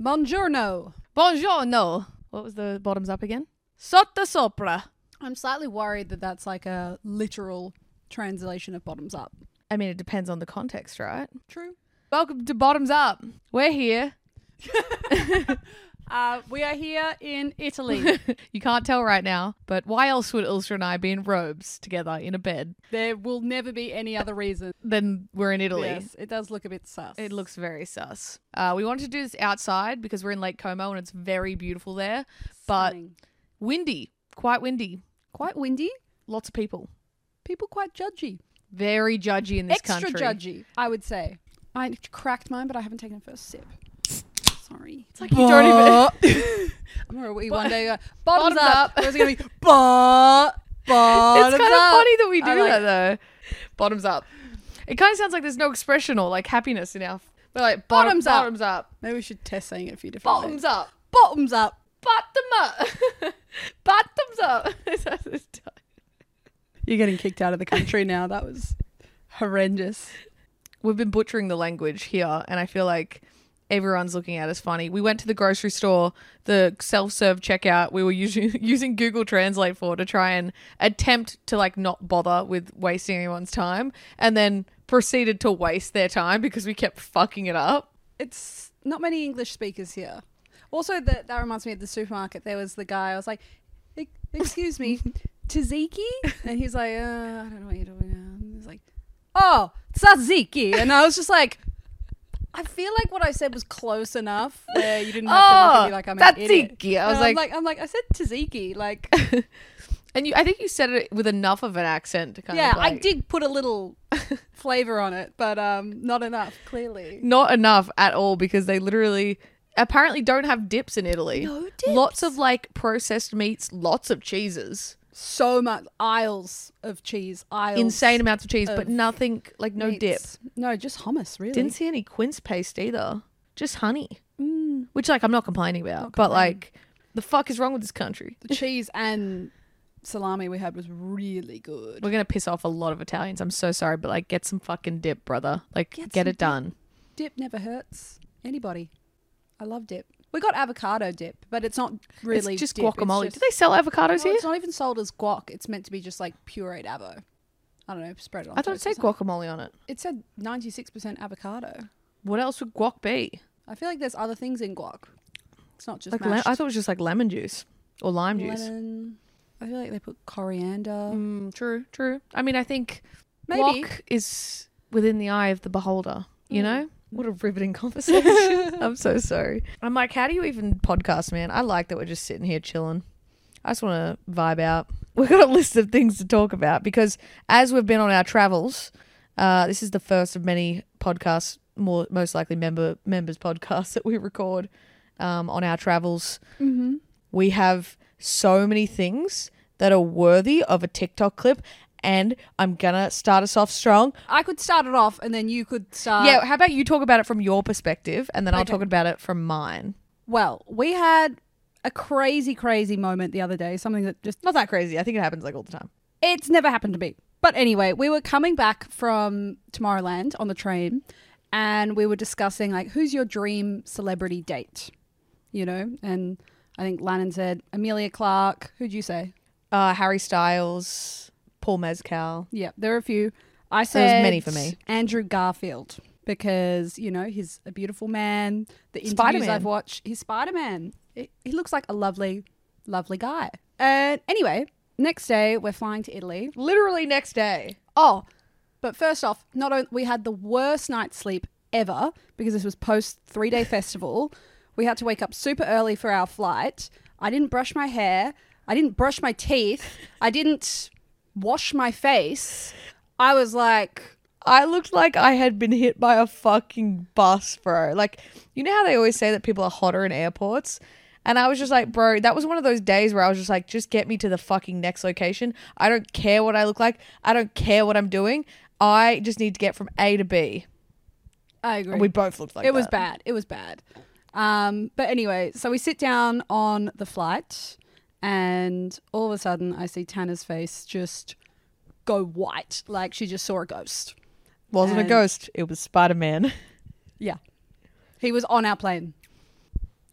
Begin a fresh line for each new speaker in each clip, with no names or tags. Buongiorno.
Buongiorno. What was the bottoms up again? Sotto sopra.
I'm slightly worried that that's like a literal translation of bottoms up.
I mean, it depends on the context, right?
True.
Welcome to Bottoms Up. We're here.
Uh, we are here in Italy.
you can't tell right now, but why else would Ilsa and I be in robes together in a bed?
there will never be any other reason.
Then we're in Italy.
Yes, it does look a bit sus.
It looks very sus. Uh, we wanted to do this outside because we're in Lake Como and it's very beautiful there, but
Stunning.
windy, quite windy,
quite windy.
lots of people.
People quite judgy.
Very judgy in this
Extra
country.
judgy, I would say. I cracked mine, but I haven't taken a first sip. Sorry. It's like
You don't even.
I'm gonna we one day go, bottoms,
bottoms
up.
up."
It's gonna be ba bottoms
it's kind of
up."
funny that we do
I like
that though. Bottoms up. It kind of sounds like there's no expression or like happiness in our. We're like bottom,
Bottoms
bottoms
up.
Bottoms up.
Maybe we should test saying it a few different
Bottoms
ways.
up.
Bottoms up.
Bottom up. bottoms up. It's how it's done.
You're getting kicked out of the country now. That was horrendous.
We've been butchering the language here, and I feel like everyone's looking at us funny. We went to the grocery store, the self-serve checkout. We were using using Google Translate for to try and attempt to like not bother with wasting anyone's time, and then proceeded to waste their time because we kept fucking it up.
It's not many English speakers here. Also, that that reminds me of the supermarket. There was the guy. I was like, "E- "Excuse me, tzatziki," and he's like, uh, "I don't know what you're talking about." And He's like, "Oh, tzatziki," and I was just like. I feel like what I said was close enough where you didn't have to look at me
Oh,
like I'm an idiot.
tzatziki. I was
And I'm
like-
I'm like, I said tzatziki. Like,
And you, I think you said it with enough of an accent to kind
yeah,
of like,
I did put a little flavor on it, but um, not enough, clearly.
Not enough at all because they literally apparently don't have dips in Italy.
No
Lots of like processed meats, lots of cheeses,
So much aisles of cheese, aisles.
insane amounts of cheese, but
of
nothing like no dip.
dips. No, just hummus, really.
Didn't see any quince paste either. Just honey,
Mm,
which like I'm not complaining about, but like the fuck is wrong with this country?
the cheese and salami we had was really good.
We're gonna piss off a lot of Italians. I'm so sorry, but like get some fucking dip, brother. Like
Get
get,
some
it done.
Dip never hurts anybody. I love dip. We got avocado dip, but it's not really
it's just
dip,
guacamole.
It's
Do
just,
they sell avocados
no,
here?
it's not even sold as guac. It's meant to be just like pureed avo. I don't know, spread it on.
I thought it
toast or
said
something.
guacamole on it.
It said ninety six percent avocado.
What else would guac be?
I feel like there's other things in guac. It's not just
Like lem-
mashed.
I thought it was just like lemon juice or lime juice.
lemon. I feel like they put coriander.
Mm, true, true. I mean, I think
Maybe.
guac is within the eye of the beholder. You know, Mm. what a riveting conversation. I'm so sorry. I'm like, how do you even podcast, man? I like that we're just sitting here chilling. I just want to vibe out. We've got a list of things to talk about because as we've been on our travels, uh, this is the first of many podcasts, more most likely member members podcasts that we record um, on our travels. Mm-hmm. We have so many things that are worthy of a TikTok clip, and I'm gonna start us off strong.
I could start it off, and then you could start.
yeah, how about you talk about it from your perspective, and then I'll
Okay.
talk about it from mine.
Well, we had a crazy, crazy moment the other day. Something that just
Not that crazy. I think it happens like all the time.
it's never happened to me. But anyway, we were coming back from Tomorrowland on the train, and we were discussing like, who's your dream celebrity date? You know, and I think Lannon said Amelia Clark. Who'd you say?
Uh, Harry Styles, Paul Mezcal.
Yeah, there are a few. I said
There's many for me.
Andrew Garfield because you know he's a beautiful man. The interviews
Spider-Man.
I've watched, he's Spider Man. He he looks like a lovely, lovely guy. And anyway, next day we're flying to Italy.
Literally next day.
Oh, but first off, not only we had the worst night's sleep ever because this was post three day festival. We had to wake up super early for our flight. I didn't brush my hair. I didn't brush my teeth. I didn't wash my face. I was like,
I looked like I had been hit by a fucking bus, bro. Like, you know how they always say that people are hotter in airports? And I was just like, bro, that was one of those days where I was just like, just get me to the fucking next location. I don't care what I look like. I don't care what I'm doing. I just need to get from A to B.
I agree.
And we both looked like
it was
that.
bad. It was bad. Um, but anyway, so we sit down on the flight, and all of a sudden, I see Tana's face just go white, like she just saw a ghost.
Wasn't
And-
a ghost. It was Spider Man.
Yeah, he was on our plane.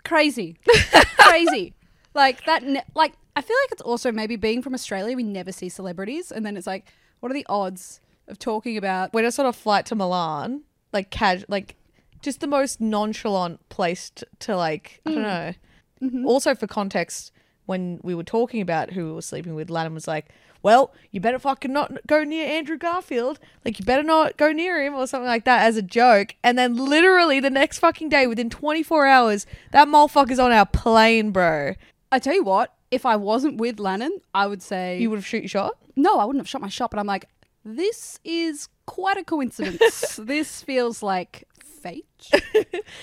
Crazy, crazy. Like that. Ne- like I feel like it's also maybe being from Australia, we never see celebrities, and then it's like, what are the odds of talking about?
We're just on a flight to Milan, like casual, like just the most nonchalant place t- to like. I don't know. Also, for context, when we were talking about who we were sleeping with, Lanham was like, "Well, you better fucking not go near Andrew Garfield. Like, you better not go near him or something like that as a joke." And then, literally, the next fucking day, within 24 hours, that motherfucker's on our plane, bro.
I tell you what, if I wasn't with Lennon, I would say
You would have shoot your shot.
no, I wouldn't have shot my shot, but I'm like, this is quite a coincidence. this feels like fate.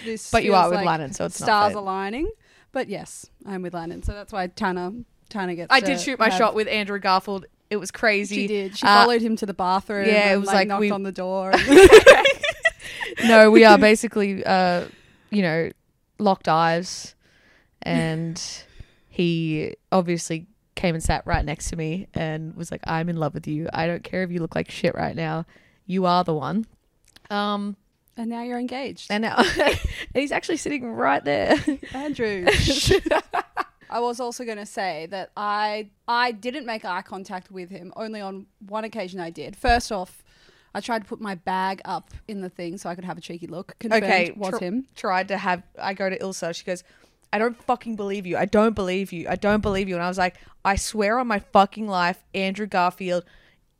This
But you
feels
are with Lannan, so it's not
stars
fate.
aligning. But yes, I'm with Lannan, so that's why Tana Tana gets.
I
to
did shoot my
have-
shot with Andrew Garfield. It was crazy.
She did. She
Uh,
followed him to the bathroom.
yeah, it
and,
was
like,
like
knocked
we-
on the door.
no, we are basically, uh, you know, locked eyes, and he obviously came and sat right next to me and was like, "I'm in love with you. I don't care if you look like shit right now. You are the one." Um,
and now you're engaged,
and now and he's actually sitting right there.
Andrew. I was also going to say that I I didn't make eye contact with him. Only on one occasion I did. First off, I tried to put my bag up in the thing so I could have a cheeky look. Confirmed was
tr-
him.
Tried to have I go to Ilsa. She goes, I don't fucking believe you. I don't believe you. I don't believe you. And I was like, I swear on my fucking life, Andrew Garfield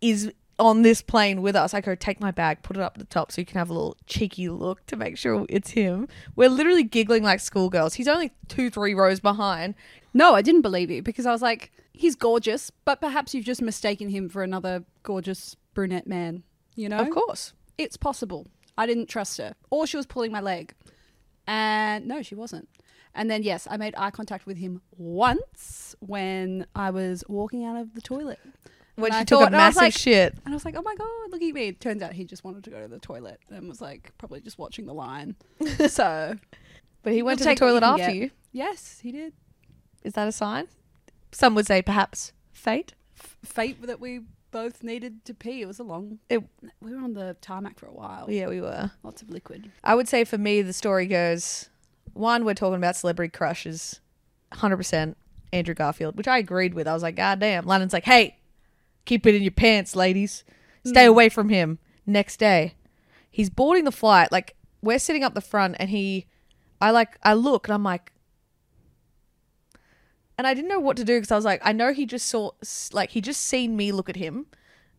is on this plane with us. I go, take my bag, put it up at the top so you can have a little cheeky look to make sure it's him. We're literally giggling like schoolgirls. He's only two, three rows behind.
No, I didn't believe you because I was like, he's gorgeous, but perhaps you've just mistaken him for another gorgeous brunette man. You know,
Of course.
it's possible. I didn't trust her, or she was pulling my leg, and no, she wasn't. And then yes, I made eye contact with him once when I was walking out of the toilet.
When
And
she
I
took
thought-
a
and I was
massive
like-
shit.
And I was like, oh my God, look at me. Turns out he just wanted to go to the toilet and was like, probably just watching the line. so,
But he went
You'll
to the
take what you
toilet
can
after
get.
you.
yes, he did.
Is that a sign? Some would say perhaps fate.
F- fate that we both needed to pee. It was a long,
It-
we were on the tarmac for a while.
Yeah, we were.
Lots of liquid.
I would say for me, the story goes one, we're talking about celebrity crushes, 100% Andrew Garfield, which I agreed with. I was like, God damn. London's like, hey, keep it in your pants, ladies. Stay away from him. Next day, he's boarding the flight. Like, we're sitting up the front, and he, I like, I look and I'm like, and I didn't know what to do because I was like, I know he just saw, s- like, he just seen me look at him,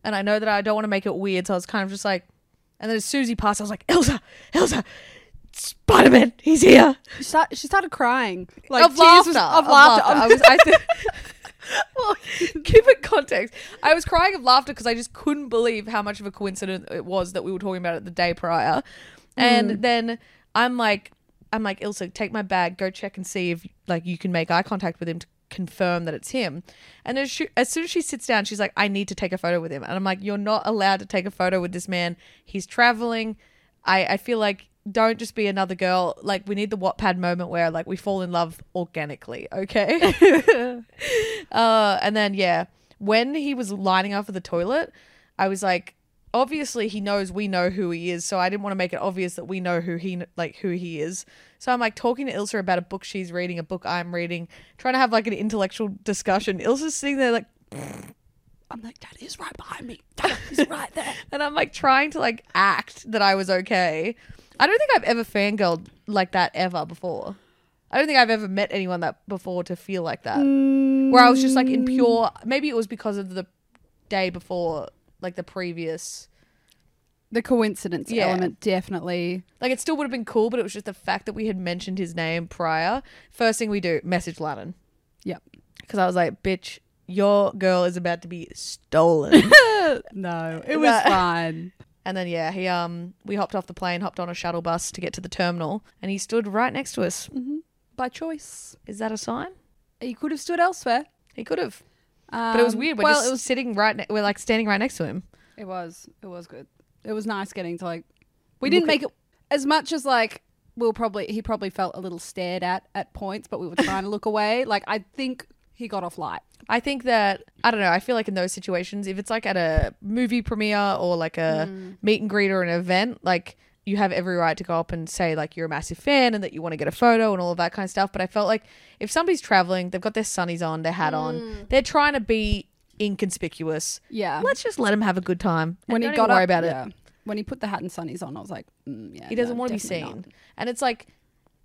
and I know that I don't want to make it weird, so I was kind of just like, and then as soon as he passed, I was like, Elsa, Elsa, Spider Man, he's here.
She, start, she started crying.
Like,
tears was- of, laughter.
I was, I think. Well, give it context. I was crying of laughter because I just couldn't believe how much of a coincidence it was that we were talking about it the day prior. And then I'm like, I'm like, Ilsa, take my bag, go check and see if like you can make eye contact with him to confirm that it's him. And as, she, as soon as she sits down, she's like, I need to take a photo with him. And I'm like, you're not allowed to take a photo with this man. He's traveling. I, I feel like don't just be another girl. Like we need the Wattpad moment where like we fall in love organically, okay? Uh, and then yeah, when he was lining up for the toilet, I was like, obviously he knows we know who he is, so I didn't want to make it obvious that we know who he like who he is. So I'm like talking to Ilsa about a book she's reading, a book I'm reading, trying to have like an intellectual discussion. Ilsa's sitting there like,
I'm like, Dad is right behind me. Dad is right there.
and I'm like trying to like act that I was okay. I don't think I've ever fangirled like that ever before. I don't think I've ever met anyone that before to feel like that. Where I was just like in pure maybe it was because of the day before like the previous
The coincidence
Yeah.
element definitely.
like it still would have been cool, but it was just the fact that we had mentioned his name prior. First thing we do, message Lannan.
Yep.
Because I was like, bitch, your girl is about to be stolen.
no, it was
That-
fine.
And then yeah, he um we hopped off the plane, hopped on a shuttle bus to get to the terminal, and he stood right next to us.
by choice.
Is that a sign?
He could have stood elsewhere.
He could have, but it was
Um,
weird. We're
well,
just
it was.
sitting right. Ne- we're like standing right next to him.
It was. It was good. It was nice getting to like. We
Look
didn't
at-
make it as much as like we'll probably he probably felt a little stared at at points, but we were trying to look away. Like I think he got off light.
I think that I don't know. I feel like in those situations, if it's like at a movie premiere or like a meet and greet or an event, like you have every right to go up and say like you're a massive fan and that you want to get a photo and all of that kind of stuff. But I felt like if somebody's traveling, they've got their sunnies on, their hat on, they're trying to be inconspicuous.
Yeah.
Let's just let them have a good time. When he got worry about it.
When he put the hat and sunnies on, I was like, mm, yeah.
He doesn't
no,
want to be seen.
definitely not.
And it's like,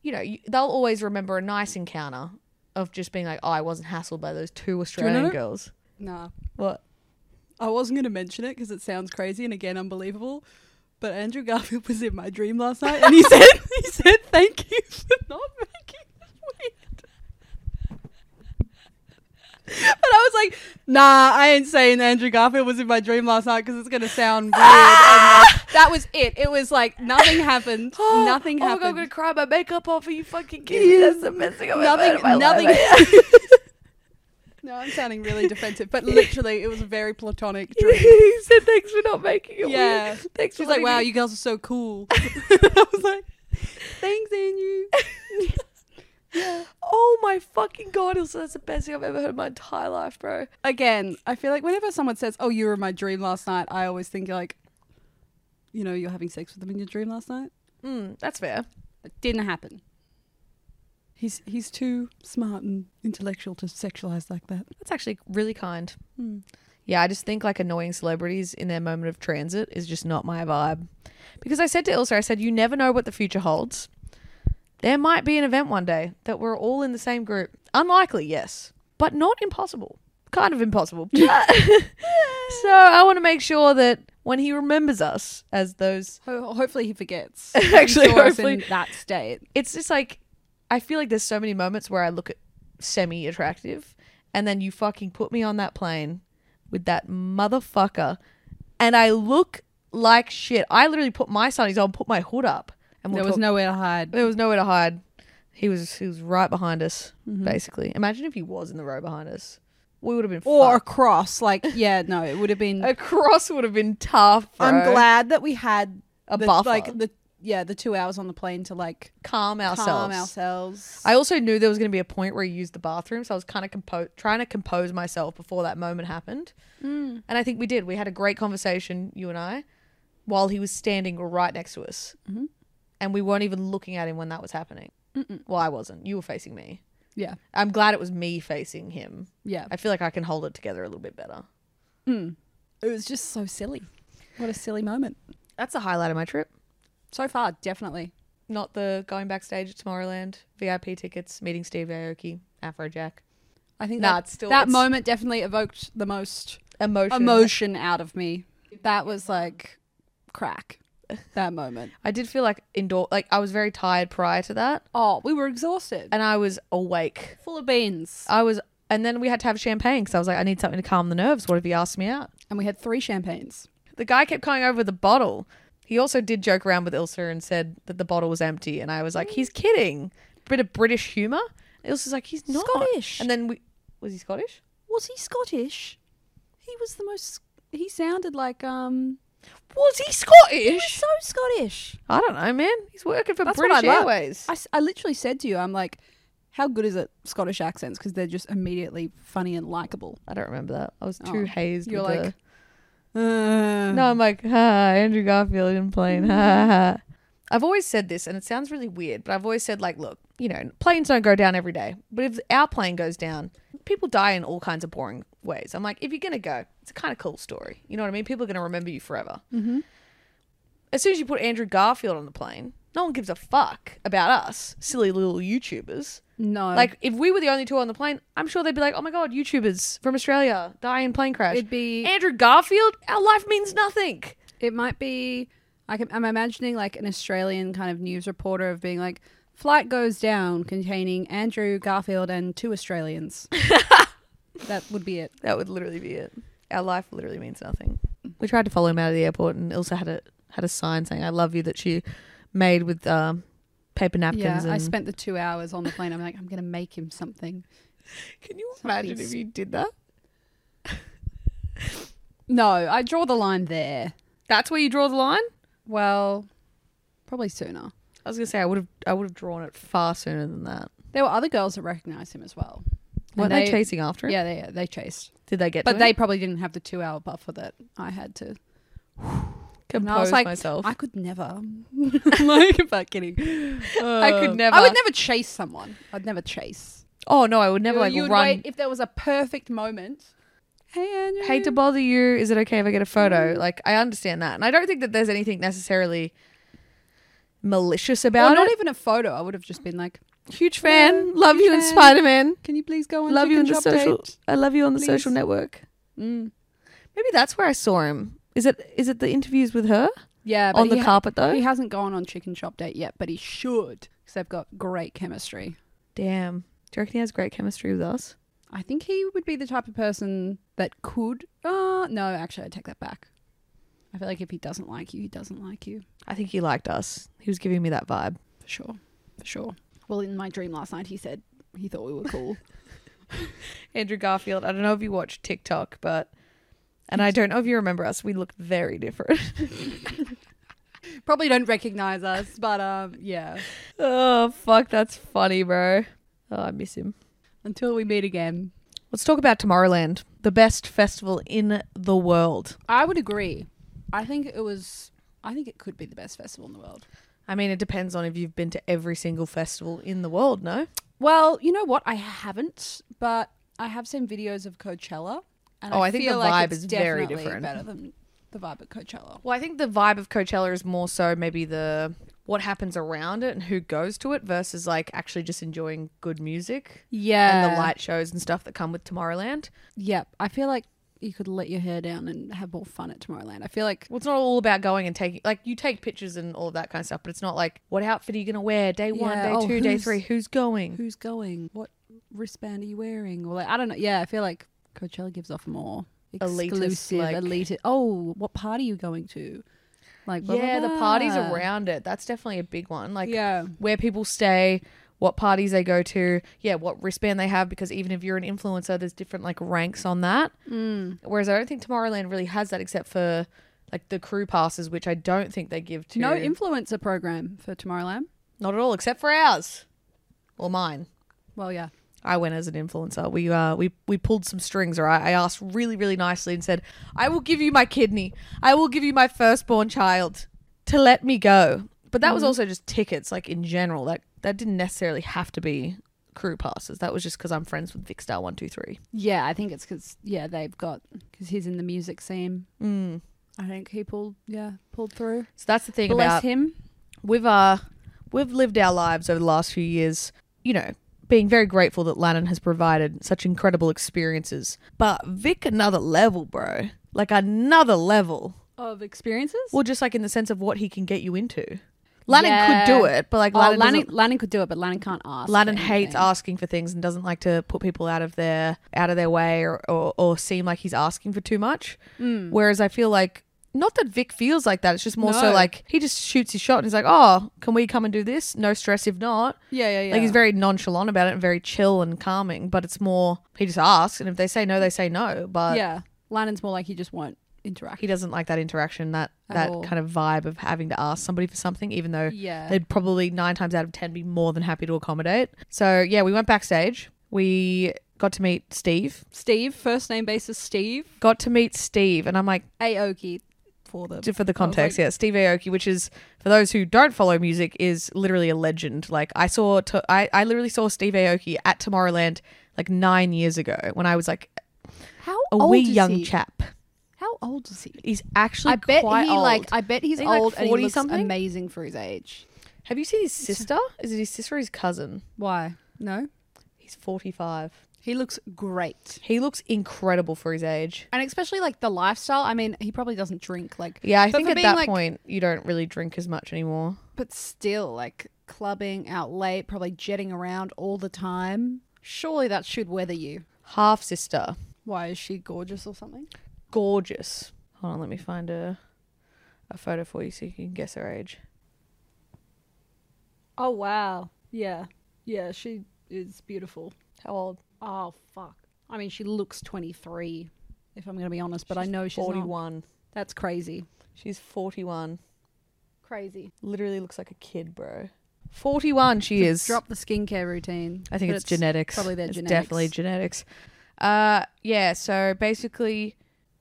you know, you, they'll always remember a nice encounter of just being like, oh, I wasn't hassled by those two Australian
know?
girls.
Nah.
What?
I wasn't going to mention it because it sounds crazy and again unbelievable. But Andrew Garfield was in my dream last night, and he said, "He said thank you for not making it weird." But I was like, "Nah, I ain't saying Andrew Garfield was in my dream last night because it's gonna sound weird." and like, Ah! that was it. It was like nothing happened. nothing
oh
happened.
my god, I'm gonna cry my makeup off. Are you fucking kidding me? That's the best thing I've ever heard in my
nothing. Nothing.
life.
no, I'm sounding really defensive, but literally, it was a very platonic dream.
he said thanks for not making it.
Yeah.
Yeah. Thanks
She's
for
like,
letting
wow,
me-"
you girls are so cool. I was like, thanks, Andrew.
Oh my fucking god, Ilsa, that's the best thing I've ever heard in my entire life, bro.
Again, I feel like whenever someone says, oh, you were in my dream last night, I always think, like, you know, you're having sex with them in your dream last night.
Mm, that's fair.
It didn't happen. He's, he's too smart and intellectual to sexualize like that.
That's actually really kind.
Hmm.
Yeah, I just think like annoying celebrities in their moment of transit is just not my vibe. Because I said to Ilsa, I said, you never know what the future holds. There might be an event one day that we're all in the same group. Unlikely, yes, but not impossible. Kind of impossible. so I want to make sure that when he remembers us as those,
Ho- hopefully he forgets.
Actually,
He saw us
hopefully-
in that state.
it's just like, I feel like there's so many moments where I look at semi attractive and then you fucking put me on that plane with that motherfucker and I look like shit. I literally put my sunnies on, put my hood up, and we'll
There was
talk-
nowhere to hide.
There was nowhere to hide. He was he was right behind us,
Mm-hmm.
basically. Imagine if he was in the row behind us. We would have been
Or
fucked.
across. Like, yeah, no, it would have been.
a cross would have been tough.
I'm
bro.
glad that we had
A
the,
buffer.
Like the yeah, the two hours on the plane to like
calm ourselves.
calm ourselves.
I also knew there was going to be a point where he used the bathroom, so I was kind of compo- trying to compose myself before that moment happened. Mm. And I think we did. We had a great conversation, you and I, while he was standing right next to us, mm-hmm. and we weren't even looking at him when that was happening. Well, I wasn't. You were facing me.
yeah,
I'm glad it was me facing him.
yeah.
I feel like I can hold it together a little bit better.
It was just so silly. What a silly moment.
That's the highlight of my trip.
So far, definitely.
Not the going backstage at Tomorrowland, VIP tickets, meeting Steve Aoki, Afrojack.
I think
Nah,
that
it's still-
that
it's-
moment definitely evoked the most
Emotion.
emotion out of me. That was like crack. That moment.
I did feel like indoor, like I was very tired prior to that,
Oh, we were exhausted.
and I was awake.
full of beans.
I was, and then we had to have champagne because I was like, I need something to calm the nerves. What if he asked me out?
And we had three champagnes.
The guy kept coming over with a bottle. He also did joke around with Ilsa and said that the bottle was empty, and I was like, he's kidding. Bit of British humor. Ilsa's like, he's not
Scottish.
And then we was he Scottish?
Was he Scottish? He was the most he sounded like um
Was he Scottish?
so Scottish.
I don't know, man. He's working for
That's what
British
I love.
Airways.
I, s- I literally said to you, I'm like, how good is it Scottish accents? Because they're just immediately funny and likable.
I don't remember that. I was too
Oh,
hazed.
you're
with
like,
the...
Uh,
no. I'm like, ha, Andrew Garfield in plane. Ha, ha, ha. I've always said this, and it sounds really weird, but I've always said like, look, you know, planes don't go down every day, but if our plane goes down, people die in all kinds of boring ways. I'm like, if you're gonna go, it's a kind of cool story. You know what I mean? People are gonna remember you forever. Mm-hmm. As soon as you put Andrew Garfield on the plane, no one gives a fuck about us, silly little YouTubers.
no.
Like if we were the only two on the plane, I'm sure they'd be like, "Oh my god, YouTubers from Australia die in plane crash."
It'd be-
Andrew Garfield. Our life means nothing.
it might be. I can, I'm imagining like an Australian kind of news reporter of being like, flight goes down containing Andrew Garfield and two Australians. that would be it.
That would literally be it. Our life literally means nothing. we tried to follow him out of the airport, and Ilsa had a had a sign saying "I love you" that she made with um, paper napkins.
Yeah, I
and-
spent the two hours on the plane. I'm like, I'm gonna make him something.
Can you
something
imagine if
s-
you did that?
No, I draw the line there.
That's where you draw the line.
Well, probably sooner.
I was gonna say I would have I would have drawn it far sooner than that.
There were other girls that recognized him as well. And
Weren't they, chasing after him?
Yeah, they they chased,
Did they get?
but
to
they
him?
probably didn't have the two hour buffer that I had to.
composed
and I was like,
myself.
I could never. like, but kidding.
I could
Um,
never.
I would never chase someone. I'd never chase.
Oh no, I would never
You-
like
you would
run.
wait if there was a perfect moment. Hey, Andrew.
Hate to bother you. Is it okay if I get a photo? Like I understand that, and I don't think that there's anything necessarily malicious about
Or not
it.
even a photo. I would have just been like,
Huge fan.
Yeah,
love
huge
you in
fan.
Spider Man.
"Can you please go on?
Love you in
Chicken
the
Shop
social.
Date?
I love you on the
please?
social network.
Mm.
Maybe that's where I saw him. Is it? Is it the interviews with her
Yeah, but
on the
he, ha-
carpet though?
he hasn't gone on chicken shop date yet, but he should because they've got great chemistry.
Damn. Do you reckon he has great chemistry with us?
I think he would be the type of person that could. Uh, no, actually, I take that back. I feel like if he doesn't like you, he doesn't like you
I think he liked us. He was giving me that vibe.
for sure, for sure. Well, in my dream last night, he said he thought we were cool.
Andrew Garfield. I don't know if you watch TikTok, but and I don't know if you remember us. We look very different.
Probably don't recognize us, but um, yeah.
oh fuck, that's funny, bro. Oh, I miss him.
Until we meet again,
Let's talk about Tomorrowland, the best festival in the world.
I would agree. I think it was. I think it could be the best festival in the world.
I mean, it depends on if you've been to every single festival in the world, no?
Well, you know what? I haven't, but I have seen videos of Coachella. And
Oh, I think the
feel like
vibe
it's
is very
definitely
different.
Better than the vibe at Coachella.
Well, I think the vibe of Coachella is more so maybe the what happens around it and who goes to it versus like actually just enjoying good music
Yeah,
and the light shows and stuff that come with Tomorrowland.
Yep, I feel like you could let your hair down and have more fun at Tomorrowland. I feel like
Well, it's not all about going and taking like you take pictures and all of that kind of stuff, but it's not like what outfit are you gonna wear? Day one,
Yeah,
day
oh,
two, day
who's-
three. Who's going?
who's going? What wristband are you wearing? Or like I don't know. Yeah, I feel like Coachella gives off more
Elitist,
exclusive,
like-
elitist. Oh, what party are you going to? Like blah, blah,
yeah, the parties
blah.
around it. That's definitely a big one. Like
Yeah,
where people stay, what parties they go to, yeah, what wristband they have. Because even if you're an influencer, there's different like ranks on that.
mm.
Whereas I don't think Tomorrowland really has that, except for like the crew passes, which I don't think they give to
no influencer program for Tomorrowland.
not at all, except for ours or mine.
Well, yeah.
I went as an influencer. We uh we we pulled some strings, all right. I asked really really nicely and said, "I will give you my kidney. I will give you my firstborn child to let me go." But that
Mm-hmm.
was also just tickets, like in general. That that didn't necessarily have to be crew passes. That was just because I'm friends with Vic Star One Two Three.
Yeah, I think it's because yeah they've got because he's in the music scene.
Mm.
I think he pulled yeah pulled through.
So that's the thing
Bless
about
him.
we've uh we've lived our lives over the last few years, you know, being very grateful that Lannan has provided such incredible experiences. But Vic, another level, bro. Like another level.
Of experiences?
Well, just like in the sense of what he can get you into. Lannan could do
Yeah.
it, but like
Oh, Lannan,
Lannan, doesn't-
Lannan could do it, but Lannan can't ask. for
Lannan hates
anything.
asking for things and doesn't like to put people out of their out of their way or, or, or seem like he's asking for too much.
Mm.
Whereas I feel like not that Vic feels like that. It's just more so
No.
like he just shoots his shot and he's like, "Oh, can we come and do this? No stress if not."
Yeah, yeah, yeah.
Like he's very nonchalant about it and very chill and calming. But it's more he just asks, and if they say no, they say no. But
yeah. Lannan's more like he just won't interact.
he doesn't like that interaction, that
At
that
all.
kind of vibe of having to ask somebody for something, even though
Yeah.
they'd probably nine times out of ten be more than happy to accommodate. So yeah, we went backstage. We got to meet Steve.
Steve, first name basis Steve
Got to meet Steve, and I'm like
Aoki for the
for the context, yeah, Steve Aoki, which is for those who don't follow music, is literally a legend. Like I saw, to, I I literally saw Steve Aoki at Tomorrowland like nine years ago when I was like
How
a
old
wee
is
young
he?
chap.
How old is he?
He's actually
I bet he
quite old.
like I bet he's
Is he, like,
old and he
40
looks
something?
amazing for his age.
Have you seen his sister? Is it his sister or his cousin?
Why? No.
He's 45.
He looks great.
He looks incredible for his age.
And especially like the lifestyle. I mean, he probably doesn't drink like
Yeah, I
But
think
for
at
being,
that
like-
point you don't really drink as much anymore.
but still like clubbing out late, probably jetting around all the time. Surely that should weather you.
Half sister,
Why is she gorgeous or something?
gorgeous. Hold on, let me find a a photo for you so you can guess her age.
Oh wow. Yeah. Yeah, she is beautiful.
How old?
Oh fuck. I mean, she looks 23 if I'm going to be honest, but I know she's not.
41.
That's crazy.
She's 41.
Crazy.
Literally looks like a kid, bro. 41 she is.
Drop the skincare routine.
I think
But
it's, genetics.
Probably their
It's
genetics.
Definitely genetics. Uh, yeah. So basically,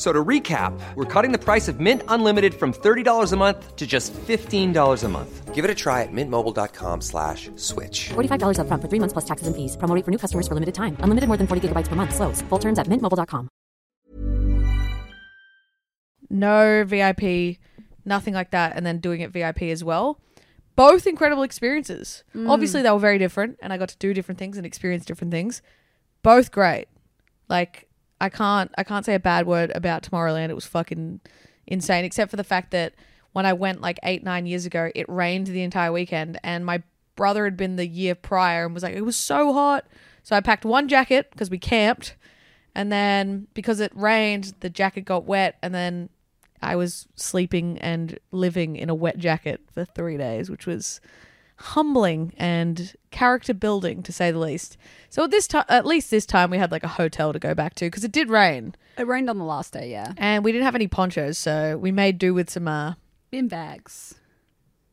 So to recap, we're cutting the price of Mint Unlimited from $30 a month to just $15 a month. Give it a try at mintmobile.com slash switch.
$45 upfront for three months plus taxes and fees. Promo rate for new customers for limited time. Unlimited more than 40 gigabytes per month. Slows. Full terms at mintmobile.com.
No VIP, nothing like that, and then doing it VIP as well. Both incredible experiences. Obviously, they were very different, and I got to do different things and experience different things. Both great. Like I can't, I can't say a bad word about Tomorrowland. It was fucking insane, except for the fact that when I went like eight, nine years ago, it rained the entire weekend, and my brother had been the year prior and was like, it was so hot. So I packed one jacket because we camped, and then because it rained, the jacket got wet, and then I was sleeping and living in a wet jacket for three days, which was humbling and character building to say the least. So at this time, at least this time, we had like a hotel to go back to because it did rain,
It rained on the last day, yeah.
and we didn't have any ponchos, so we made do with some. Uh,
Bin bags.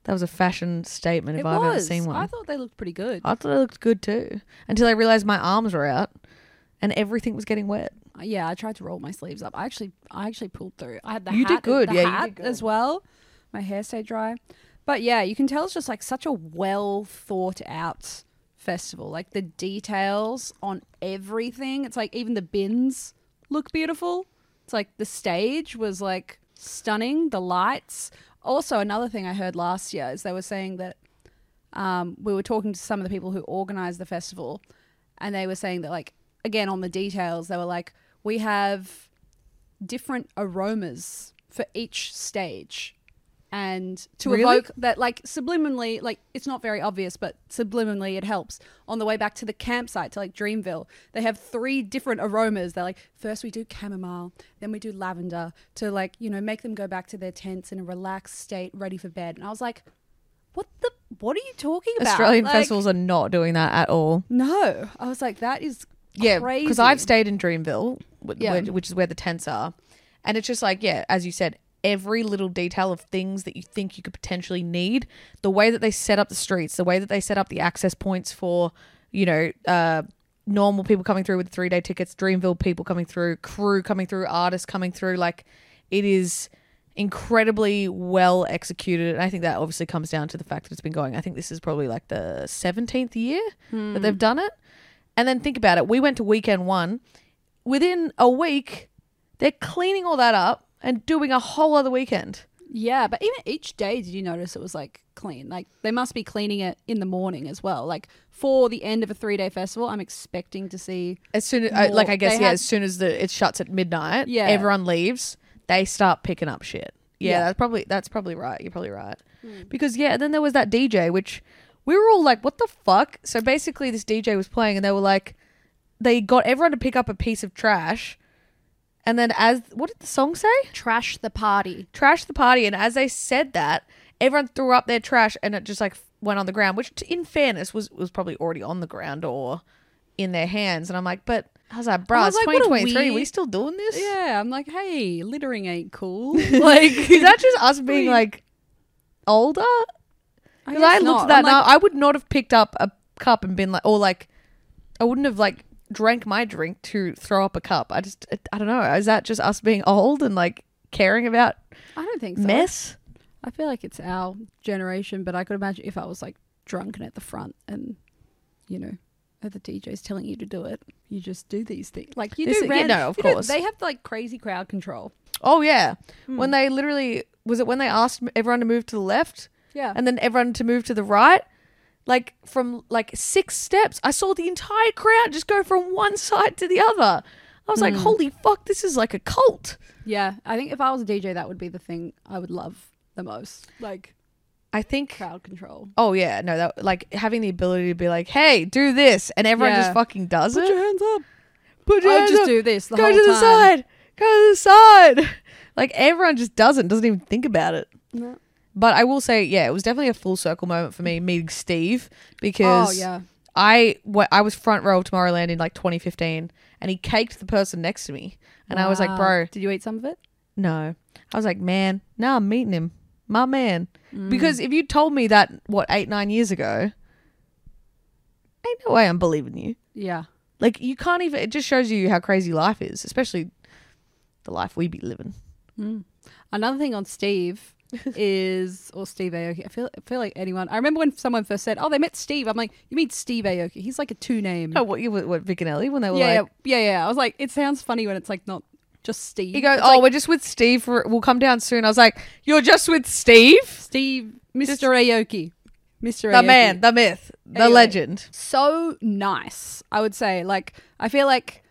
that was a fashion statement if
it
I've
was.
ever seen one.
I thought they looked pretty good.
I thought it looked good too until I realized my arms were out and everything was getting wet.
yeah, I tried to roll my sleeves up. I actually, I actually pulled through. I had the
You did
hat,
good,
the
yeah, you
hat
did good.
as well. My hair stayed dry, but yeah, you can tell it's just like such a well thought out festival. Like the details on everything. It's like even the bins look beautiful. It's like the stage was like stunning. The lights. Also, another thing I heard last year is they were saying that um, we were talking to some of the people who organized the festival, and they were saying that, like, again, on the details, they were like, we have different aromas for each stage. And to
Really?
evoke that, like, subliminally, like, it's not very obvious, but subliminally it helps. On the way back to the campsite, to like Dreamville, they have three different aromas. They're like, first we do chamomile, then we do lavender to, like, you know, make them go back to their tents in a relaxed state, ready for bed. And I was like, what the what are you talking about?
Australian
Like,
festivals are not doing that at all.
No, I was like, that is
Yeah,
crazy.
because I've stayed in Dreamville, wh-
Yeah.
wh- which is where the tents are, and it's just like yeah, as you said, every little detail of things that you think you could potentially need, the way that they set up the streets, the way that they set up the access points for, you know, uh, normal people coming through with three day tickets, Dreamville people coming through, crew coming through, artists coming through, like it is incredibly well executed and i think that obviously comes down to the fact that it's been going i think this is probably like the 17th year that they've done it and then think about it. We went to weekend one. Within a week, they're cleaning all that up and doing a whole other weekend.
yeah, but even each day, did you notice it was like clean? Like they must be cleaning it in the morning as well. Like for the end of a three day festival, I'm expecting to see.
As soon as, I,
More-
like, I guess,
they
yeah,
had-
as soon as the, it shuts at midnight,
Yeah.
everyone leaves. They start picking up shit. Yeah,
Yeah. Hmm.
that's probably that's probably right. You're probably right. Because yeah, then there was that DJ, which we were all like, "What the fuck?" So basically, this DJ was playing, and they were like, they got everyone to pick up a piece of trash, and then as what did the song say?
Trash the party.
trash the party. And as they said that, everyone threw up their trash and it just like went on the ground, which t- in fairness was was probably already on the ground or in their hands. And I'm like, but I was like,
I
bruh,
was
it's
like, what a
2023.
weird-
We still doing this?
Yeah, I'm like, hey, littering ain't cool.
Like, is that just us being like older? Because I,
guess not.
looked at that
I'm
now,
like-
I would not have picked up a cup and been like, or like, I wouldn't have like drank my drink to throw up a cup. I just, I, I don't know. Is that just us being old and like caring about
I don't think so.
mess?
I feel like it's our generation, but I could imagine if I was like drunk and at the front and, you know, at the DJ's telling you to do it, you just do these things. Like you
This-
do
yeah,
ran-
no, of
you do-
course.
They have like crazy crowd control.
Oh yeah, when they literally was it when they asked m- everyone to move to the left
Yeah.
and then everyone to move to the right, like from like six steps. I saw the entire crowd just go from one side to the other. I was like, holy fuck, this is like a cult.
Yeah, I think if I was a DJ, that would be the thing I would love the most. Like
I think.
crowd control.
Oh yeah, no, that like having the ability to be like, hey, do this, and everyone just
Yeah.
fucking does it.
hands up.
Put
I
hands
just
up.
do this the
go
whole
to the
time.
side. Go to the side. Like everyone just doesn't doesn't even think about it.
No.
But I will say, yeah, it was definitely a full circle moment for me meeting Steve because
Oh yeah.
I wa- I was front row of Tomorrowland in like 2015, and he caked the person next to me, and I was like,
Wow.
bro,
did you eat some of it?
no. I was like, man, now I'm meeting him, my man,
Mm.
because if you told me that what eight nine years ago, ain't no way I'm believing you.
Yeah.
Like you can't even. It just shows you how crazy life is, especially the life we be living.
Another thing on Steve is or Steve Aoki. I feel I feel like anyone. I remember when someone first said, "Oh, they met Steve." I'm like, "You mean Steve Aoki? He's like a two name."
Oh, what you what, what Vic and Ellie when they were
yeah,
like,
yeah, yeah, yeah. I was like, it sounds funny when it's like not just Steve.
he goes,
It's
oh,
like
we're just with Steve. For, we'll come down soon. I was like, you're just with Steve,
Steve,
Just-
Mr. Aoki, Mr.
the
Aoki.
man, the myth, the
Anyway.
legend.
so nice. I would say, like, I feel like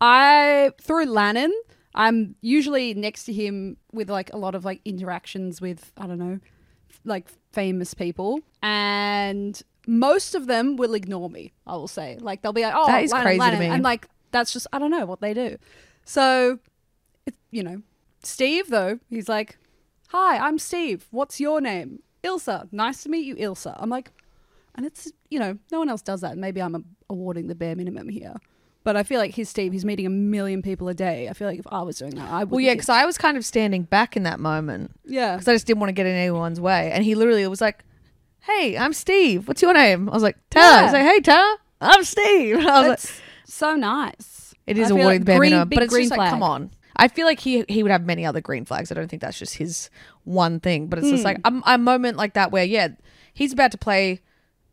I through Lannon, I'm usually next to him with like a lot of like interactions with I don't know, like famous people, and most of them will ignore me. I will say, like, they'll be like, "Oh,
That is
Lannan,
crazy to
Lannan,"
me.
and like that's just I don't know what they do. So, it, you know, Steve though, he's like, "Hi, I'm Steve. What's your name?" Ilsa. Nice to meet you, Ilsa. I'm like, and it's, you know, no one else does that. Maybe I'm a- awarding the bare minimum here. But I feel like his Steve, he's meeting a million people a day. I feel like if I was doing that, I would.
Well, yeah, because I was kind of standing back in that moment
yeah.
because I just didn't want to get in anyone's way, and he literally was like, hey, I'm Steve. What's your name? I was like, Tara. I was
Yeah.
like, hey, Tara. I'm Steve. I was like,
That's so nice.
It is
I feel
awarding
like
the bare
green-
minimum,
big
but it's
green
just like, come
flag.
on. I feel like he he would have many other green flags. I don't think that's just his one thing, but it's
Hmm.
just like a, a moment like that where yeah, he's about to play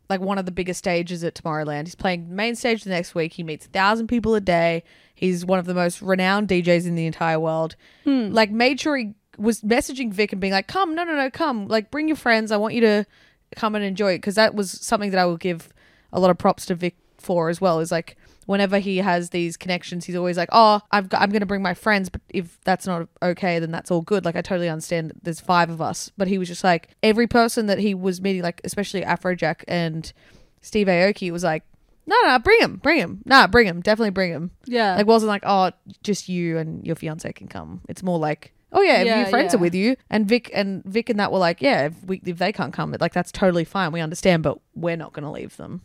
like one of the biggest stages at Tomorrowland. He's playing main stage the next week. He meets a thousand people a day. He's one of the most renowned DJs in the entire world.
Hmm.
Like made sure he was messaging Vic and being like, "Come, no, no, no, come! Like bring your friends. I want you to come and enjoy it." Because that was something that I will give a lot of props to Vic for as well. Is like whenever he has these connections, he's always like, "Oh, I've got, I'm going to bring my friends, but if that's not okay, then that's all good." Like I totally understand. that There's five of us, but he was just like every person that he was meeting, like especially Afrojack and Steve Aoki, was like, "No, no, bring him, bring him, nah, bring him, definitely bring him."
Yeah.
Like wasn't like, "Oh, just you and your fiance can come." It's more like. Oh yeah, if
Yeah,
your friends are
yeah.
with you, and Vic and Vic and that were like, yeah, if, we, if they can't come, like that's totally fine. We understand, but we're not going to leave them.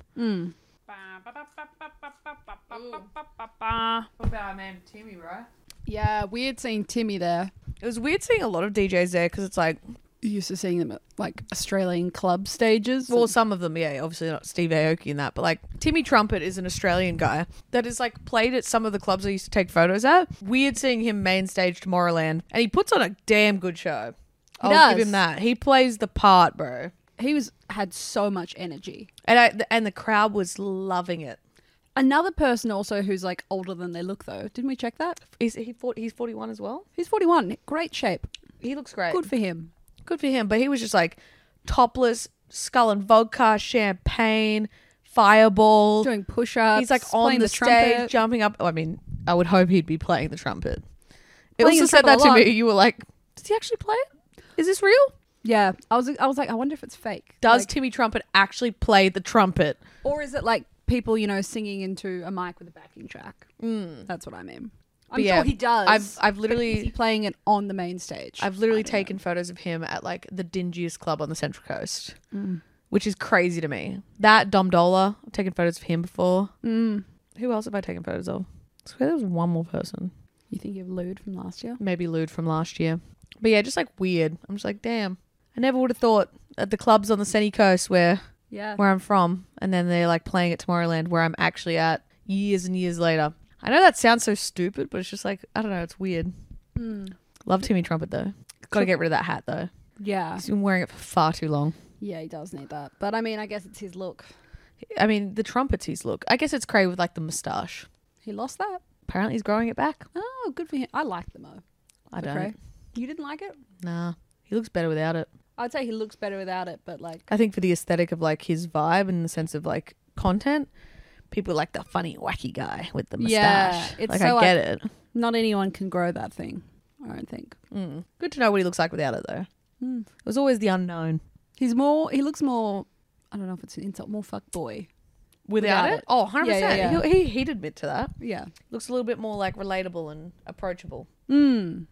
What about our man Timmy, right?
yeah, weird seeing Timmy there.
It was weird seeing a lot of DJs there because it's like,
Used to seeing them at like Australian club stages.
well, some of them, yeah, obviously not Steve Aoki and that, but like Timmy Trumpet is an Australian guy that is like played at some of the clubs I used to take photos at. Weird seeing him main stage Tomorrowland, and he puts on a damn good show. I'll give
does.
him that. He plays the part, bro,
he was had so much energy.
and I, and the crowd was loving it.
Another person also who's like older than they look though. Didn't we check that?
Is he? 40, he's forty one as well.
He's 41. Great shape.
He looks great.
Good for him.
good for him. But he was just like topless, skull and vodka, champagne, fireball.
Doing push-ups.
He's like on
playing
the, stage,
trumpet.
jumping up. I mean, I would hope he'd be playing the trumpet. It
Playing
also
the
said that
trumpet a
to
lot.
me. You were like, does he actually play it? Is this real?
Yeah, I was. I was like, I wonder if it's fake.
Does
Like,
Timmy Trumpet actually play the trumpet?
or is it like people you know singing into a mic with a backing track? Mm. That's what I mean. I'm
But yeah,
sure he does.
I've- I've
but
literally-
is he playing it on the main stage.
I've literally taken photos of him at like the dingiest club on the Central Coast, which is crazy to me. That Dom Dola, I've taken photos of him before. Who else have I taken photos of? I swear there was one more person.
you think of Lude from last year?
maybe lewd from last year. But yeah, just like weird. I'm just like, damn. I never would have thought at the clubs on the sunny coast where
Yeah.
where I'm from, and then they're like playing at Tomorrowland where I'm actually at years and years later. I know that sounds so stupid, but it's just like I don't know. It's weird.
Hmm.
Love Timmy Trumpet though. Got to get rid of that hat though.
Yeah.
He's been wearing it for far too long.
Yeah, he does need that. But I mean, I guess it's his look.
I mean, the trumpets he's look. I guess it's cray with like the moustache.
He lost that.
Apparently, he's growing it back.
Oh, good for him. I like the mo.
I don't.
You didn't like it?
Nah, he looks better without it.
I'd say he looks better without it, but like
I think for the aesthetic of like his vibe and the sense of like content, people like the funny wacky guy with the mustache.
Yeah, it's
it's like
so,
I get it.
not anyone can grow that thing. I don't think
Mm. Good to know what he looks like without it though.
Mm.
It was always the unknown.
he's more. He looks more. I don't know if it's an insult. More fuck boy.
Without,
Without
it?
it.
Oh, 100%.
Yeah, yeah, yeah.
He, he, he'd admit to that.
Yeah.
Looks a little bit more like relatable and approachable.
Mm.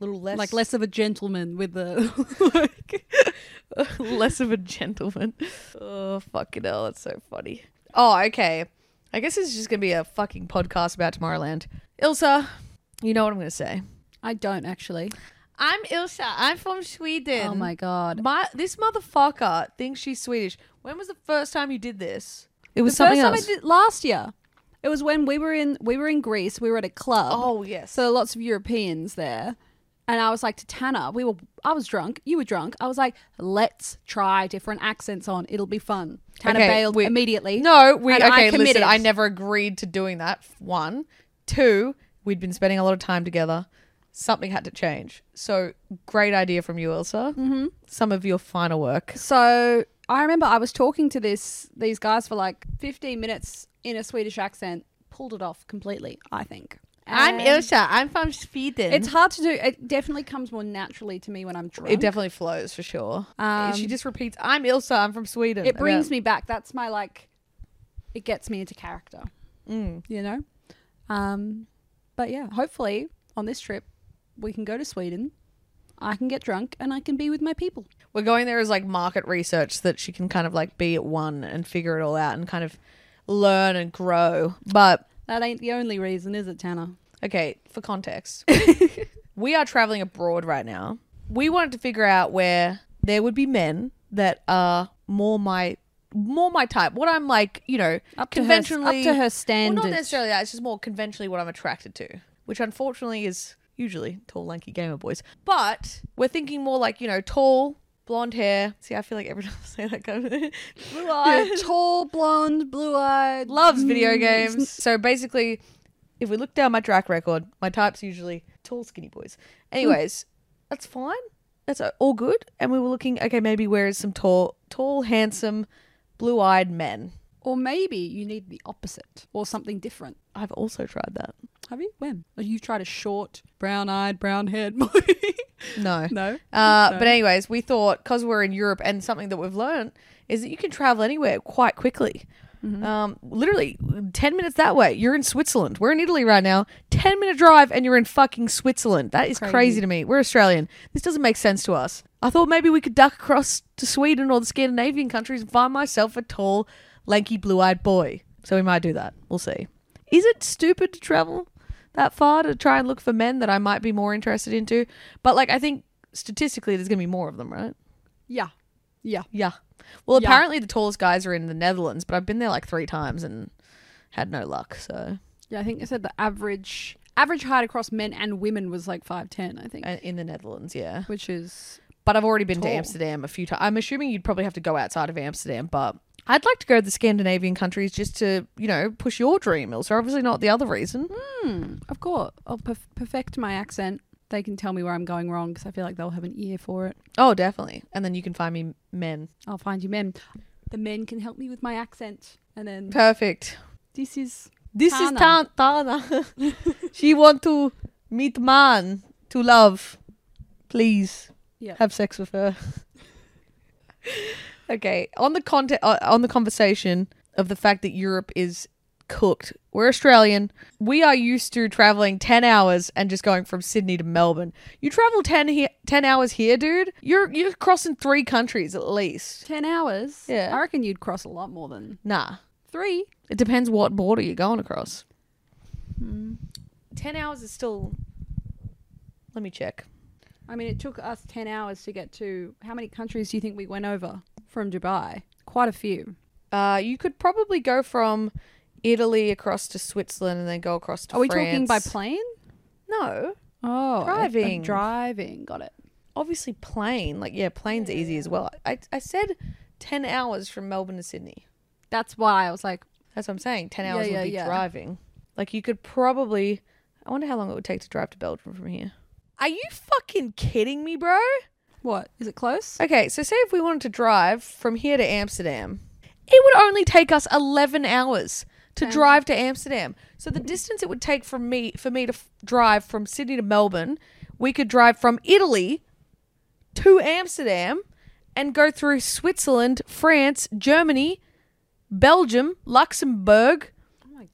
little less.
Like less of a gentleman with the.
less of a gentleman. Oh, fucking hell. That's so funny. Oh, okay. I guess it's just going to be a fucking podcast about Tomorrowland. Ilsa, you know what I'm going to say.
I don't actually.
I'm Ilsa. I'm from Sweden.
Oh my god.
My, this motherfucker thinks she's Swedish. When was the first time you did this? It
the first time I did last year. It was when we were in we were in Greece. We were at a club.
Oh, yes.
So there were lots of Europeans there. And I was like to Tanner, we were I was drunk, you were drunk. I was like, let's try different accents on. It'll be fun. Tanner
Okay,
bailed
we-
immediately.
No, we
And
okay.
committed.
listen, I never agreed to doing that. f- One, two, we'd been spending a lot of time together. Something had to change. So great idea from you, Elsa. Mm-hmm. Some of your final work.
So I remember I was talking to this these guys for like fifteen minutes in a Swedish accent, pulled it off completely, I think. And
I'm from Sweden.
It's hard to do. It definitely comes more naturally to me when I'm drunk.
it definitely flows for sure. she just repeats, "I'm Ilsa. I'm from Sweden."
it brings me back. That's my like. It gets me into character. You know, um, but yeah. Hopefully, on this trip, we can go to Sweden. I can get drunk and I can be with my people.
We're going there as like market research so that she can kind of like be at one and figure it all out and kind of learn and grow. But
That ain't the only reason, is it, Tanner?
Okay, for context, we are traveling abroad right now. We wanted to figure out where there would be men that are more my more my type. What I'm like, you know,
Up to her-
conventionally
up to her
Well,
standards.
not necessarily that. It's just more conventionally what I'm attracted to, which unfortunately is usually tall, lanky gamer boys. But we're thinking more like you know, tall, blonde hair. See, I feel like every time I say that, kind of blue eyes,
Tall, blonde, blue-eyed.
loves video games. So basically, if we look down my track record, my type's usually tall, skinny boys. Anyways, that's fine. That's uh, all good. And we were looking, okay, maybe where is some tall, tall, handsome, blue-eyed men.
Or maybe you need the opposite or something different.
I've also tried that.
Have you? When? Or you tried a short, brown-eyed, brown-haired boy.
No.
no.
Uh, But anyways, we thought because we're in Europe and something that we've learned is that you can travel anywhere quite quickly. Um, literally ten minutes that way. You're in Switzerland. We're in Italy right now. Ten minute drive and you're in fucking Switzerland. That is crazy, to me. We're Australian. This doesn't make sense to us. I thought maybe we could duck across to Sweden or the Scandinavian countries and find myself a tall, lanky, blue eyed boy. So we might do that. We'll see. Is it stupid to travel that far to try and look for men that I might be more interested into? But like I think statistically there's gonna be more of them, right?
Yeah. Yeah.
Yeah. Well,
Yeah.
apparently the tallest guys are in the Netherlands, but I've been there like three times and had no luck. So
Yeah, I think they said the average average height across men and women was like five ten. I think,
uh, in the Netherlands, yeah.
which is
But I've already been to
Tall.
Amsterdam a few times. I'm assuming you'd probably have to go outside of Amsterdam, but I'd like to go to the Scandinavian countries just to, you know, push your dream. So obviously not the other reason.
Mm-hmm. of course I'll perf- perfect my accent. They can tell me where I'm going wrong because I feel like they'll have an ear for it.
Oh, definitely. And then you can find me men.
I'll find you men. The men can help me with my accent, and then
Perfect.
this is
This is Tan-
Tana.
Tana. she want to meet man to love. Please
yeah.
have sex with her. okay, on the content uh, on the conversation of the fact that Europe is cooked. We're Australian. We are used to traveling 10 hours and just going from Sydney to Melbourne. You travel 10 he- 10 hours here, dude. You're you're crossing 3 countries at least.
ten hours.
Yeah.
I reckon you'd cross a lot more than
Nah.
three.
It depends what border you're going across. Hmm. Ten hours is still. Let me check.
I mean, it took us ten hours to get to. How many countries do you think we went over from Dubai? Quite a few.
Uh, you could probably go from Italy across to Switzerland and then go across to.
Are we talking by
France.
plane?
No,
Oh, I-
Driving.
driving. Got it.
obviously plane. Like yeah, plane's easy as well. I I said ten hours from Melbourne to Sydney.
That's why I was like,
That's what I'm saying. Ten
Yeah,
hours
yeah,
would be
yeah.
driving. Like you could probably. I wonder how long it would take to drive to Belgium from here. Are you fucking kidding me, bro?
What? Is it close?
Okay, so say if we wanted to drive from here to Amsterdam, it would only take us 11 hours to drive to Amsterdam. So the distance it would take from me for me to f- drive from Sydney to Melbourne, we could drive from Italy to Amsterdam and go through Switzerland, France, Germany, Belgium, Luxembourg,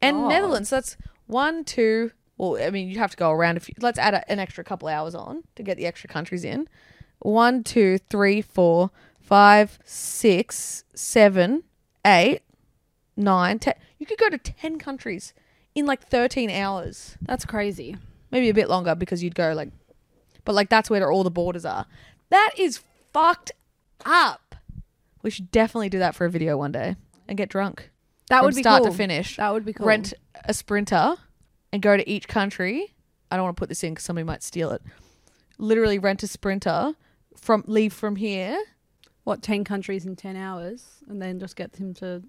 and Netherlands. So that's one, two. Well, I mean, you have to go around. If you, let's add a, an extra couple hours on to get the extra countries in. One, two, three, four, five, six, seven, eight, nine, ten. You could go to ten countries in like thirteen hours
That's crazy.
maybe a bit longer because you'd go like but like that's where all the borders are that is fucked up we should definitely do that for a video one day and get drunk
That
From
would be
start
cool.
to finish
That would be cool.
rent a sprinter and go to each country i don't want to put this in because somebody might steal it literally rent a sprinter from leave from here
What, 10 countries in 10 hours? And then just get him to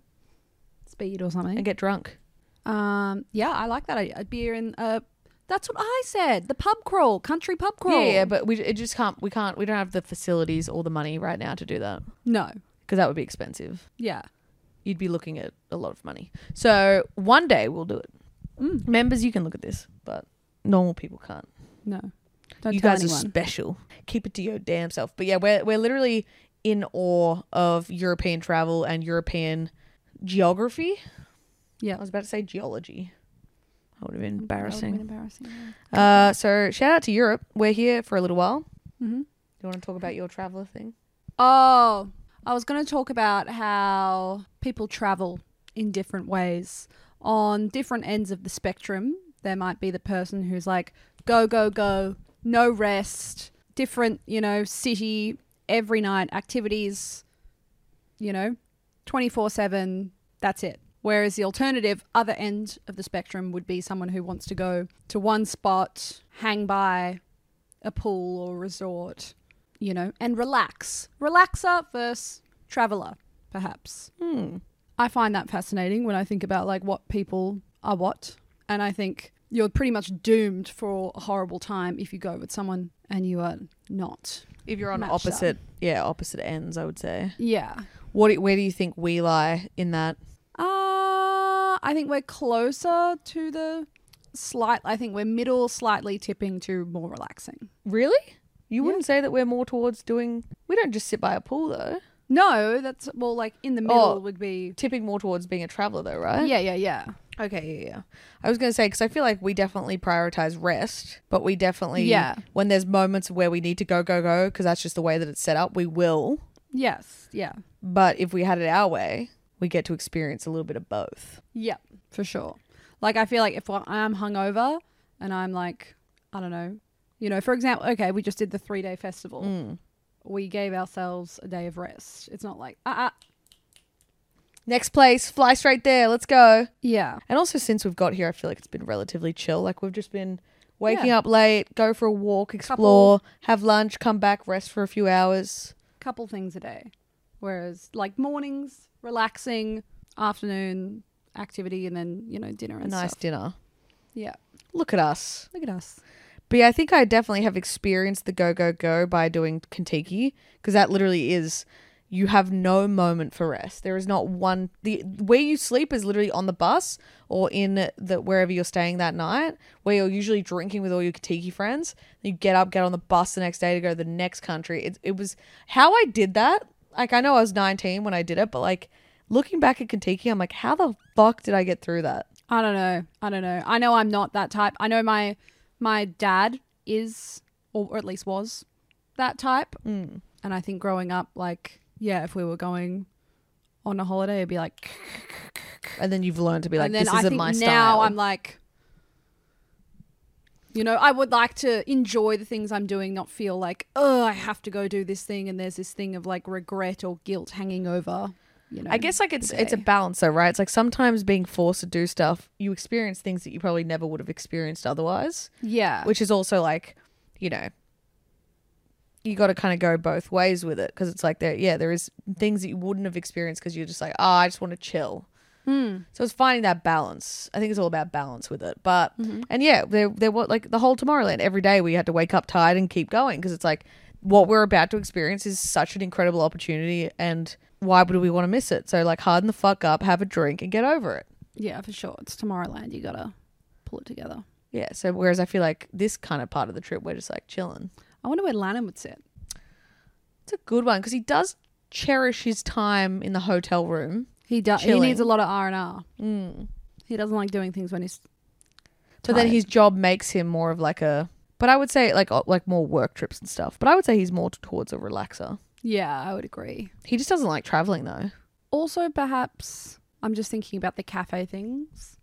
speed or something.
and get drunk
Um, yeah, I like that idea. A beer in uh that's what I said. The pub crawl, country pub crawl.
yeah yeah but we it just can't we can't we don't have the facilities or the money right now to do that
no.
because that would be expensive
Yeah.
you'd be looking at a lot of money. So one day we'll do it.
Mm.
Members, you can look at this, but normal people can't.
No. Don't
you
tell
guys
anyone.
are special. Keep it to your damn self. But yeah, we're we're literally in awe of European travel and European geography.
yeah. Mm,
I was about to say geology. That would have been
That would've been
embarrassing.
embarrassing.
Uh, so shout out to Europe. We're here for a little while. Mm-hmm. You want to talk about your traveler thing?
Oh, I was going to talk about how people travel in different ways. On different ends of the spectrum, there might be the person who's like, go, go, go, no rest, different, you know, city, every night, activities, you know, 24 7, that's it. Whereas the alternative, other end of the spectrum, would be someone who wants to go to one spot, hang by a pool or resort, you know, and relax. Relaxer versus traveler, perhaps. I find that fascinating when I think about like what people are what. And I think you're pretty much doomed for a horrible time if you go with someone and you are not.
If you're on
Matched up.
opposite, yeah, opposite ends, I would say.
Yeah.
What? do- Where do you think we lie in that?
Uh, I think we're closer to the slight, I think we're middle, slightly tipping to more relaxing.
Really? You wouldn't say that we're more towards doing. We don't just sit by a pool though.
No, that's well, like in the middle
Oh. Eh.
would be.
Tipping more towards being a traveler though, right?
Yeah, yeah, yeah.
Okay. Yeah. Yeah. I was gonna say because I feel like we definitely prioritize rest, but we definitely
Yeah.
when there's moments where we need to go go go because that's just the way that it's set up, we will.
Yes, yeah.
But if we had it our way, we get to experience a little bit of both.
Yeah, for sure. Like I feel like if I'm hungover and I'm like, I don't know, you know, for example, okay, we just did the three day festival. We gave ourselves a day of rest. It's not like ah, ah.
Next place, fly straight there. Let's go.
yeah,
And also since we've got here, I feel like it's been relatively chill. Like we've just been waking
Yeah.
up late, go for a walk, explore, have lunch, come back, rest for a few hours.
couple things a day. Whereas like mornings, relaxing, afternoon activity, and then you know dinner
a
and
nice
stuff.
dinner.
Yeah,
Look at us.
look at us.
But yeah, I think I definitely have experienced the go go go by doing Kentucky because that literally is you have no moment for rest. There is not one the where you sleep is literally on the bus or in the wherever you're staying that night, where you're usually drinking with all your Kentucky friends. You get up, get on the bus the next day to go to the next country. It it was how I did that. Like I know I was 19 when I did it, but like looking back at Kentucky, I'm like, how the fuck did I get through that?
I don't know. I don't know. I know I'm not that type. I know my my dad is, or at least was, that type. Mm. And I think growing up, like, yeah, if we were going on a holiday, it'd be like,
And then you've learned to be like,
and then
this
I
isn't
think
my
now
style.
I'm like, you know, I would like to enjoy the things I'm doing, not feel like, oh, I have to go do this thing, and there's this thing of like regret or guilt hanging over. You know,
I guess like it's
the
it's a
day.
balance though, right? It's like sometimes being forced to do stuff, you experience things that you probably never would have experienced otherwise,
yeah,
which is also like, you know, you got to kind of go both ways with it because it's like there, yeah, there is things that you wouldn't have experienced because you're just like, oh, I just want to chill. So it's finding that balance. I think it's all about balance with it. But and yeah, there there was like the whole Tomorrowland. Every day we had to wake up tired and keep going because it's like what we're about to experience is such an incredible opportunity and why would we want to miss it? So like harden the fuck up, have a drink and get over it.
Yeah, for sure. It's Tomorrowland. You gotta pull it together.
Yeah. So whereas I feel like this kind of part of the trip we're just like chilling.
I wonder where Lanham would sit.
It's a good one because he does cherish his time in the hotel room.
He does. He
Chilling. Mm.
needs a lot of R and R. He doesn't like doing things when he's.
But then
Tired.
his job makes him more of like a. But I would say like uh, like more work trips and stuff. But I would say he's more towards a relaxer.
Yeah, I would agree.
He just doesn't like traveling though.
Also, perhaps I'm just thinking about the cafe things,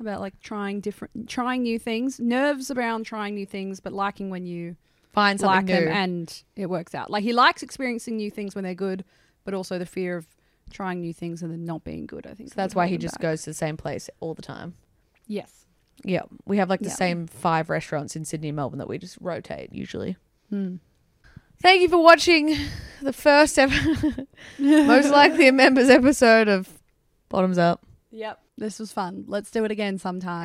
about like trying different, trying new things, nerves around trying new things, but liking when you
Find
like
something
them
new.
and it works out. Like he likes experiencing new things when they're good, but also the fear of trying new things and then not being good. I think
so that's why he just goes to the same place all the time.
Yes.
Yeah, we have like the
Yeah.
same five restaurants in Sydney and Melbourne that we just rotate usually.
Hmm.
Thank you for watching the first ever, most likely a members episode of Bottoms Up.
Yep. This was fun. Let's do it again sometime.